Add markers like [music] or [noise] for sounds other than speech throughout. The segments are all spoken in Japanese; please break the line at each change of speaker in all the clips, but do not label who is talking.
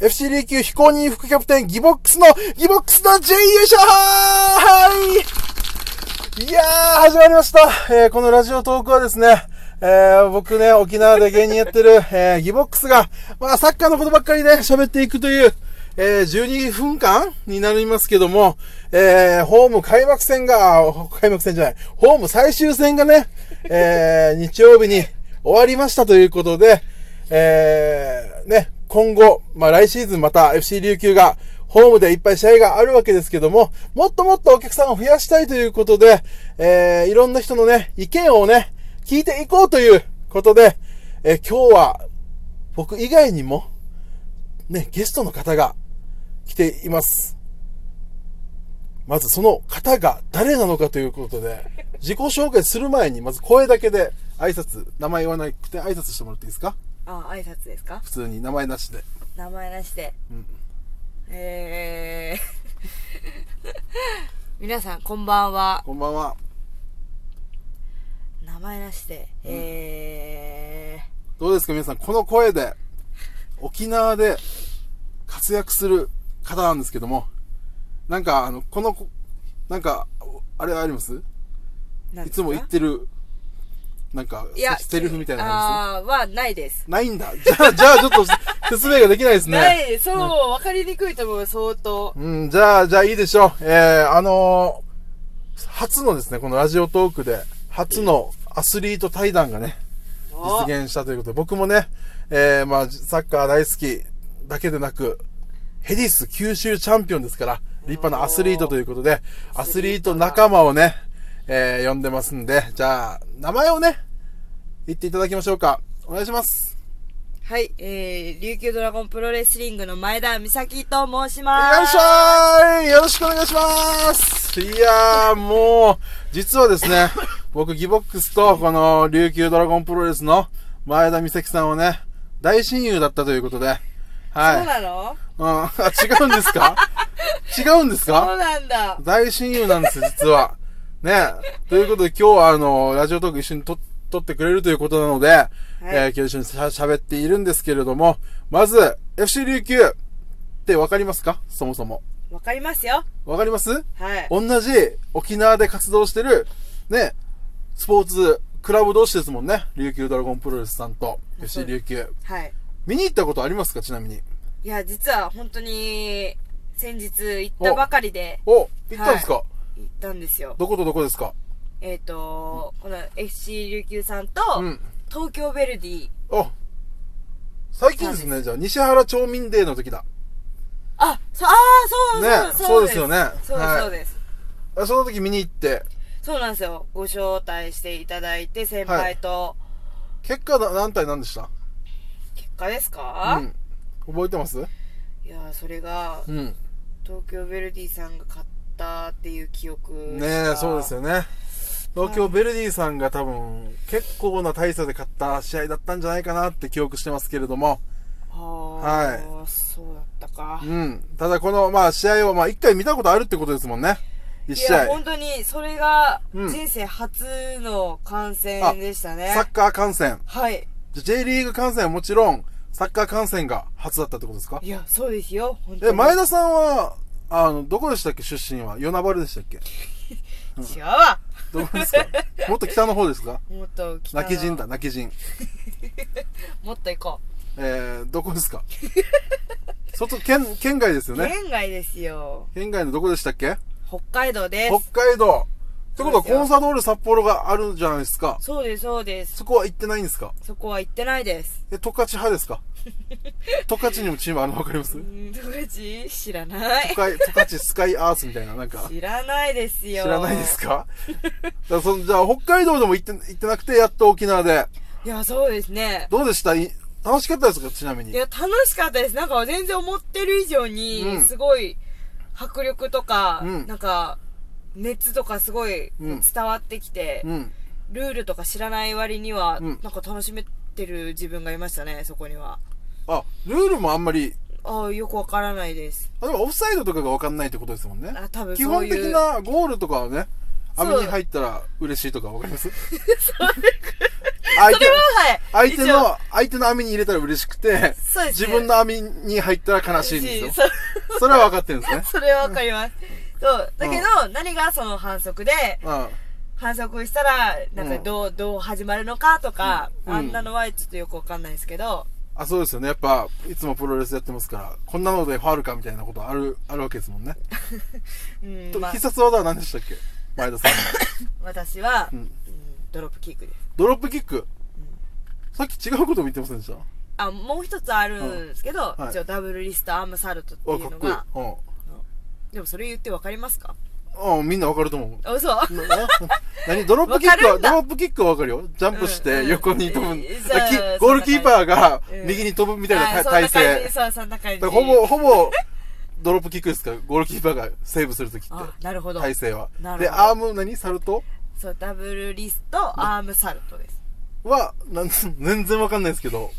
FCD 級非公認副キャプテンギボックスの、ギボックスの J 優勝はいいやー、始まりました。えーこのラジオトークはですね、えー僕ね、沖縄で芸人やってる、えーギボックスが、まあ、サッカーのことばっかりね、喋っていくという、えー12分間になりますけども、えーホーム開幕戦が、あ開幕戦じゃない、ホーム最終戦がね、えー日曜日に終わりましたということで、えーね、今後、まあ来シーズンまた FC 琉球がホームでいっぱい試合があるわけですけども、もっともっとお客さんを増やしたいということで、えーいろんな人のね、意見をね、聞いていこうということで、えー今日は僕以外にも、ね、ゲストの方が来ています。まずその方が誰なのかということで、自己紹介する前に、まず声だけで挨拶、名前言わなくて挨拶してもらっていいですか
あ、挨拶ですか
普通に名前なしで。
名前なしで。
うん
えー、 [laughs] 皆さんこんばんは。
こんばんは。
名前なしで。え
どうですか皆さん、この声で、沖縄で活躍する方なんですけども、なんか、あの、この、なんか、あれあります
ー、なん
い
で
つ
すか
も言ってる、なんか、
いや、
セリフみたいなのありま
あーはないです。
すないんだ。じゃあ、じゃあ、ちょっと [laughs] 説明ができないですね。
ない、そう、わかりにくいと思う、相当。
うん、じゃあ、じゃあいいでしょう。えー、あのー初のですね、このラジオトークで、初のアスリート対談がね、
お
実現したということで、僕もね、えー、まあ、サッカー大好きだけでなく、ヘディス九州チャンピオンですから、立派なアスリートということで、アスリート仲間をね、えー呼んでますんで、じゃあ、名前をね、言っていただきましょうか。お願いします。
はい、えー、琉球ドラゴンプロレスリングの前田美咲と申しま
よい
す。
しょーいよろしくお願いしますいやー、もう、実はです [laughs] ね、僕、ギボックスと、この、琉球ドラゴンプロレスの前田美咲さんをね、大親友だったということで、はい。
そうなの
うん、あ、違うんですか違うんです
そ
か
うなんだ。
大親友なんですよ、実は。ね。ということで今日はあの、ラジオトーク一緒にと撮ってくれるということなので、えー今日一緒にしゃ喋っているんですけれども、まず、FC 琉球ってわかりますかそもそも。
わかりますよ。
わかります
はい。
同じ沖縄で活動してる、ね、スポーツ、クラブ同士ですもんね。琉球ドラゴンプロレスさんと
あ
FC
そうで
琉球。
はい。
見に行ったことありますかちなみに。
いや、実は本当に、先日行ったばかりで
お、行ったんですか、
行ったんですよ。
どことどこですか
えっ、と、この FC 琉球さんと、
うん。
東京ヴェルディ。
あ、最近ですね、じゃあ、西原町民デーの時だ。
あ、そ、ああ、
ね
そう、そう、
そうですよね
そうです、
はい
そうです。
あその時見に行って、
そうなんですよ。ご招待していただいて、先輩と、
結果な何対何でした
結果ですか、
うん。覚えてます
いや、それが、
うん。
東京ヴェルディさんが勝ったっていう記憶し
ね
か。
え、そうですよね。東京ヴェルディさんが多分、結構な大差で勝った試合だったんじゃないかなって記憶してますけれども、
はあ、そうだったか
う。ん。ただこの、まあ、試合を、まあ、一回見たことあるってことですもんね。一
い
試
や、
合
本。当に、それが、
うん
人生初の観戦でしたね。
サッカー観戦。
はい。
じゃ J リーグ観戦はもちろん、サッカー観戦が初だったってことですか
いや、そうですよ。本当
え、
に。
前田さんは、あの、どこでしたっけ出身は。与那原でしたっけ
違うわ。
どこです
[laughs]
かもっと北の方ですか
もっと北の
泣き人だ、泣き人。
もっと行こ
えー、どこですか外、県、県外ですよ
う。
ね。
県外ですよ。
県外のどこでしたっけ
北海道で
北
す。
海道。ってことは、
そうですよ
コンサドール札幌があるじゃないですか。
そうです、そうです。
そこは行ってないんですか
そこは行ってないです。
え、十勝派で
[laughs]
すか十勝にもチームあるのわかります
うーん、どっち知らない
十。勝、十勝スカイアースみたいな、なんか。
知らないです
知
よ。
らないですか [laughs] だからそのじゃあ、北海道でも行って、行ってなくて、やっと沖縄で。
いや、そうですね。
どうでしたい楽しかったですかちなみ
い
に。
や、楽しかったです。なんか全然思ってる以上に、
うん
すごい、迫力とか、
うん
なんか、熱とかすごい
うん
伝わってきて、
うん。
ルールとか知らない割には、
うん
なんか楽しめてる自分がいましたね、そこには。
あ、ルールもあんまり、
ああ、よくわからないです。
あでもオフサイドとかが分かんないってことですもんね。
あ、多分
基
そう
本
いう。
的なゴールとかはね、
そう
網に入ったら嬉しいとか分かります相
そ
手
れは、はい。
相手
一応、
の、相手の網に入れたら嬉しくて、
そうです
自
ね
分の網に入ったら悲しいんですよ。
そう
それは分かってるんですね。
それはわかります。そう。だけど、何がその反則で、
うん。
反則したら、なんかどう、どう始まるのかとか、
うん
あんなのはちょっとよくわかんないですけど、
あ、そうですよね。やっぱ、いつもプロレスやってますから、こんなのでファールかみたいなことある、あるわけですもんね。
うん
と
まあ
必、殺技は何でしたっけ前田さんの。
私は、
うん
うんドロップキックです。
ドロップキック。さっき違うことも言ってませんでした
あ、もう一つあるんですけど、
うんはい
一応ダブルリストアームサルトって
あ、
いう
かっ
の
こいい
が、。でもそれ言ってわかりますか
うん。うん、みんな分かると思う。
あ、嘘
な [laughs] 何ドロップキックは、
わかるん
ド
だ
ロップキックはわかるよ。ジャンプし
う
て
ん
横に飛
う
ぶ。
ん
だ
そう
からき
そんな
ゴールキーパーが
うん
右に飛ぶみたいな
あ
た体勢。
そんな感じそう、そんな感じ。
だからほぼ、ほぼ、ドロップキックですから、ゴールキーパーがセーブするときって。
あ、なるほど。
体勢は
な。るほど
で、アーム何サルト
そう、ダブルリストアームサルトです。
は、なん、全然わかんないですけ
[laughs]
ど。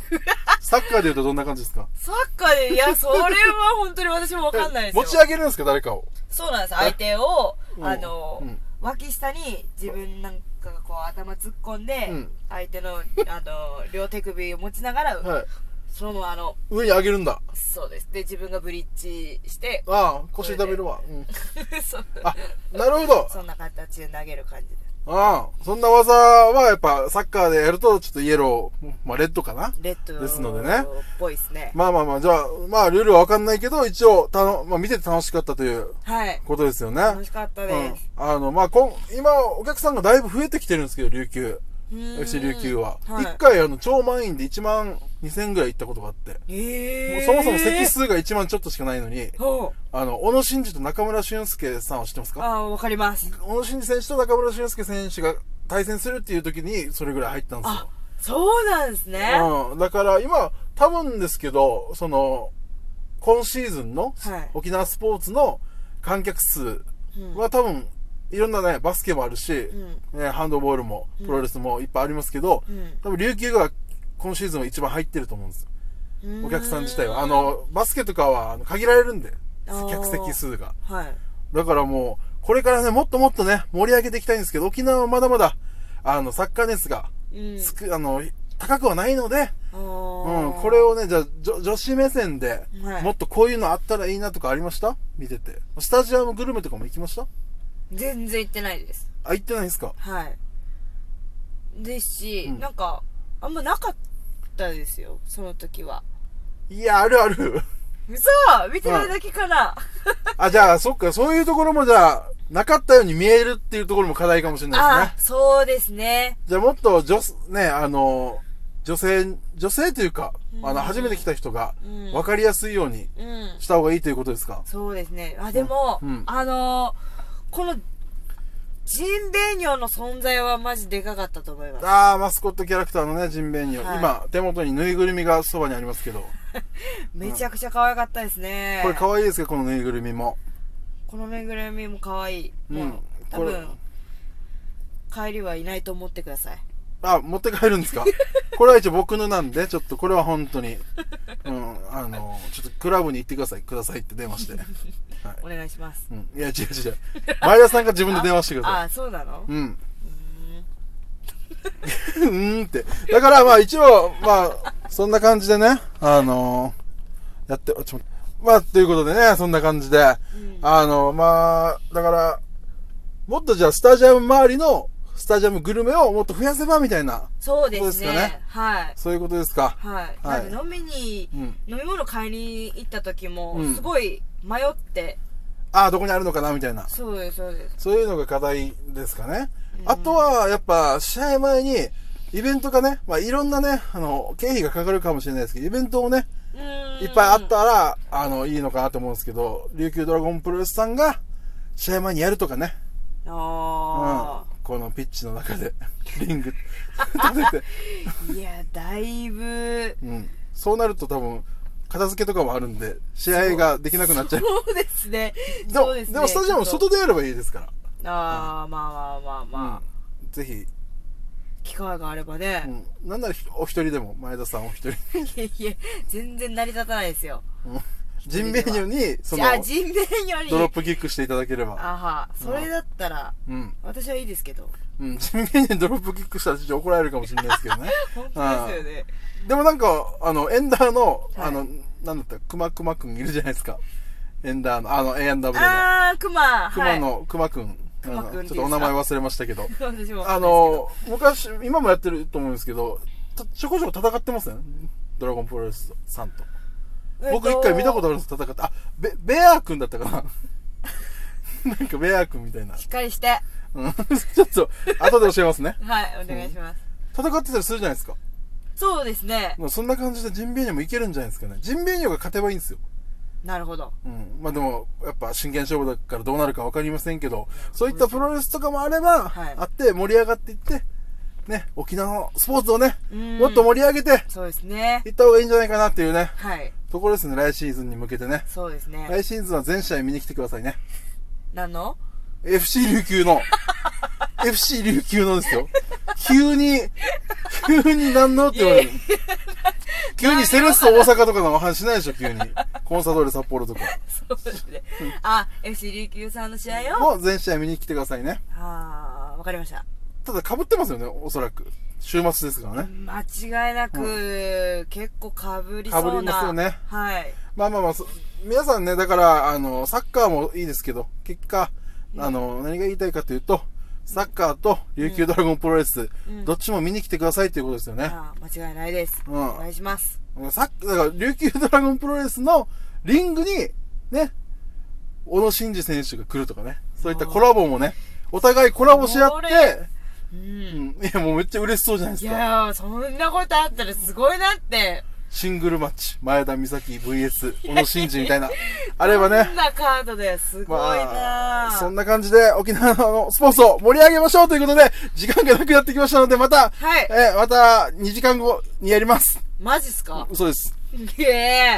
サッカーで言うとどんな感じですか
サッカーで、いや、それは本当に私もわかんないですよ。
持ち上げるんですか誰かを。
そうなんです。相手を
う、ん
あの、
うん
脇下に自分なんかがこう頭突っ込んで、
うん
相手の、あの、両手首を持ちながら、
はい。
そのままあの、
上に上げるんだ。
そうです。で、自分がブリッジして、
ああ、腰痛めるわ。うん。
[laughs] そ
あ、なるほど。
そんな形で投げる感じで
ああ、そんな技はやっぱサッカーでやるとちょっとイエロー、まあレッドかな
す。レッド
ですのでね
っぽいですね。
まあまあまあ、じゃあ、まあルールはわかんないけど、一応、たの、まあ見てて楽しかったという
はい。
ことですよね。
楽しかったです。
うん、あの、まあこん、今、お客さんがだいぶ増えてきてるんですけど、琉球。
うーん
FC 琉球は。一、
はい
回、あの、超満員で1万2000ぐらい行ったことがあって。
え
もう
ー、
そもそも席数が1万ちょっとしかないのに、
ほう。
あの、小野伸二と中村俊介さんを知ってますか
ああ、わかります。
小野伸二選手と中村俊介選手が対戦するっていう時に、それぐらい入ったんですよ
あ。、そうなんですね。
うん、だから今、多分ですけど、その、今シーズンの
はい
沖縄スポーツの観客数は多分、いろんなね、バスケもあるし、
う
ね、ハンドボールも、プロレスもいっぱいありますけど、
うん
多分琉球が今シーズンは一番入ってると思うんですよ。
うん
お客さん自体は。あ、の、バスケとかはあの限られるんで
あ、ー
客席数が。
はい。
だからもう、これからね、もっともっとね、盛り上げていきたいんですけど、沖縄はまだまだ、あの、サッカー熱が、
うん
つく、あの、高くはないので、
あ
う
ー
ん、これをね、じゃあ、女女子目線で、
はい
もっとこういうのあったらいいなとかありました見てて。スタジアムグルメとかも行きました
全然行ってないです
あ、行ってないんですか
はいですし、
うん
なんかあんまなかったですよその時はい
や、あるあ
[laughs]
る。
嘘見てないだけかな、
あ、じゃあ、そっか、そういうところもじゃあ、なかったように見えるっていうところも課題かもしれないです
あ
ね。
そうですね
じゃあ、もっと女す、ね、あの、女性、女性というか、あ
うん
の、初めて来た人が
うん、
分かりやすいように
うん
した方がいいということですか
そうですねあでも、
うん
あのーこのジンベエニョの存在はマジでかかったと思います
ああ、マスコットキャラクターのね、ジンベエニョ。
はい
今、手元にぬいぐるみがそばにありますけど。
めちゃくちゃ可愛かったですね
これ可愛いですかこのぬいぐるみも。
このぬいぐるみも可愛い、
うん
もう多
これ
分帰りはいないと思ってください
あ、持って帰るんですか [laughs] これは一応僕のなんで、ちょっとこれは本当に。うん、あの、ちょっとクラブに行ってください、くださいって電話して。
お願いします
うん。いや、違う違う。前田さんが自分で電話してくだ
あ
さ
あそうなの
い。うん。 [laughs] うーんって。だからまあ一応、まあ、そんな感じでね、あのやって、あちょっと待ってまあ、ということでね、そんな感じで、あの、まあ、だから、もっとじゃあスタジアム周りの、スタジアムグルメをもっと増やせばみたいな、
そうで
そうですす
ね
かね
はい
そういうことですか。
はい、
はい
なんで飲みに、
うん
飲み物買いに行った時も
うん
すごい迷って、
ああ、どこにあるのかなみたいな。
そうですそうです
そういうのが課題ですかね。あとは、やっぱ、試合前に、イベントがね、まあ、いろんなね、あの、経費がかかるかもしれないですけど、イベントをね、
うーん
いっぱいあったら、あの、いいのかなと思うんですけど、琉球ドラゴンプロレスさんが、試合前にやるとかね、うん
あ、
このピッチの中で、リング、立てて、
ーいやだいぶ
うん。そうなると多分、片付けとかもあるんで、試合ができなくなっちゃう。
そうですね
でも、
そうですね
でもスタジアム
ちょっと
外でやればいいですから。
ああまあまあまあまあ、
うん、ぜひ、
機会があればね、
うん、なんならひお一人でも前田さんお一人
いやいや、全然成り立たないですよ。
ジンベエニョに、その、
あ、ジンベエニョに。
ドロップキックしていただければ。
あは、それだったら、
うん。
私はいいですけど。
うん。ジンベエニョにドロップキックしたらちょっと怒られるかもしれないですけどね。 [laughs]
本当ですよね。
でもなんか、あの、エンダーの、
はい
あの、なんだった、クマクマくんいるじゃないですか。エンダーの、あの、A&W の。
あー、クマ。
ク
は
マ
い。
の、クマくん。
クマくん
ちょっとお名前忘れましたけど。
私も。
あ、の、昔、今もやってると思うんですけど、たちょこちょこ戦ってますよね。ドラゴンプロレスさんと。僕一回見たことあ
る。
るんです、戦って。あ、ベ、ベアーくんだったかな [laughs] なんかベアーくんみたいな。
しっかりして。
うん [laughs] ちょっと、後で教えますね。
はい、お願いします。
戦ってたりするじゃないですか。
そうですね。
もうそんな感じでジンベエニョもいけるんじゃないですかね。ジンベエニョが勝てばいいんですよ。
なるほど。
うん。まあでも、やっぱ真剣勝負だからどうなるかわかりませんけど、そういったプロレスとかもあれば、
はい
あって盛り上がっていって、ね、沖縄のスポーツをね、
うん
もっと盛り上げて、
そうですね。
いった方がいいんじゃないかなっていうね、
はい。
ところですね、来シーズンに向けてね。
そうですね。
来シーズンは全試合見に来てくださいね。
何の
FC 琉球の、FC 琉球のですよ。急に、急に何のって言われる。急にセレッソ大阪とかの話しないでしょ、急に。コンサドーレ札幌とか。
そうですね。あ、FC 琉球さんの試合を。
もう全試合見に来てくださいね。
あー、わかりました。
ただ被ってますよね、おそらく。週末ですからね。
間違いなく、結構かぶりそうな。
被りますよね
はい。
まあまあまあ、そ皆さんね、だから、あの、サッカーもいいですけど、結果、あの、何が言いたいかというと、サッカーと琉球ドラゴンプロレス、
うん
どっちも見に来てくださいということですよね。
あー間違いないです。
う
お
ん
願いします。
サッだから、琉球ドラゴンプロレスのリングに、ね、小野伸二選手が来るとかね、そういったコラボもね、お互いコラボし合っ
こ
て
れ、うん。
うん、いや、もうめっちゃ嬉しそうじゃないで
い
すか。
やー、そんなことあったらすごいなって。
シングルマッチ、前田美咲 VS 小野伸二みたいな、あればね
こん、なカードですごいな
まあ、そん
な。
な感じで沖縄のスポーツを盛り上げましょうということで、時間がなくなってきましたので、また、
はい
えーまた2時間後にやります。
マジっすか
嘘です。
ええ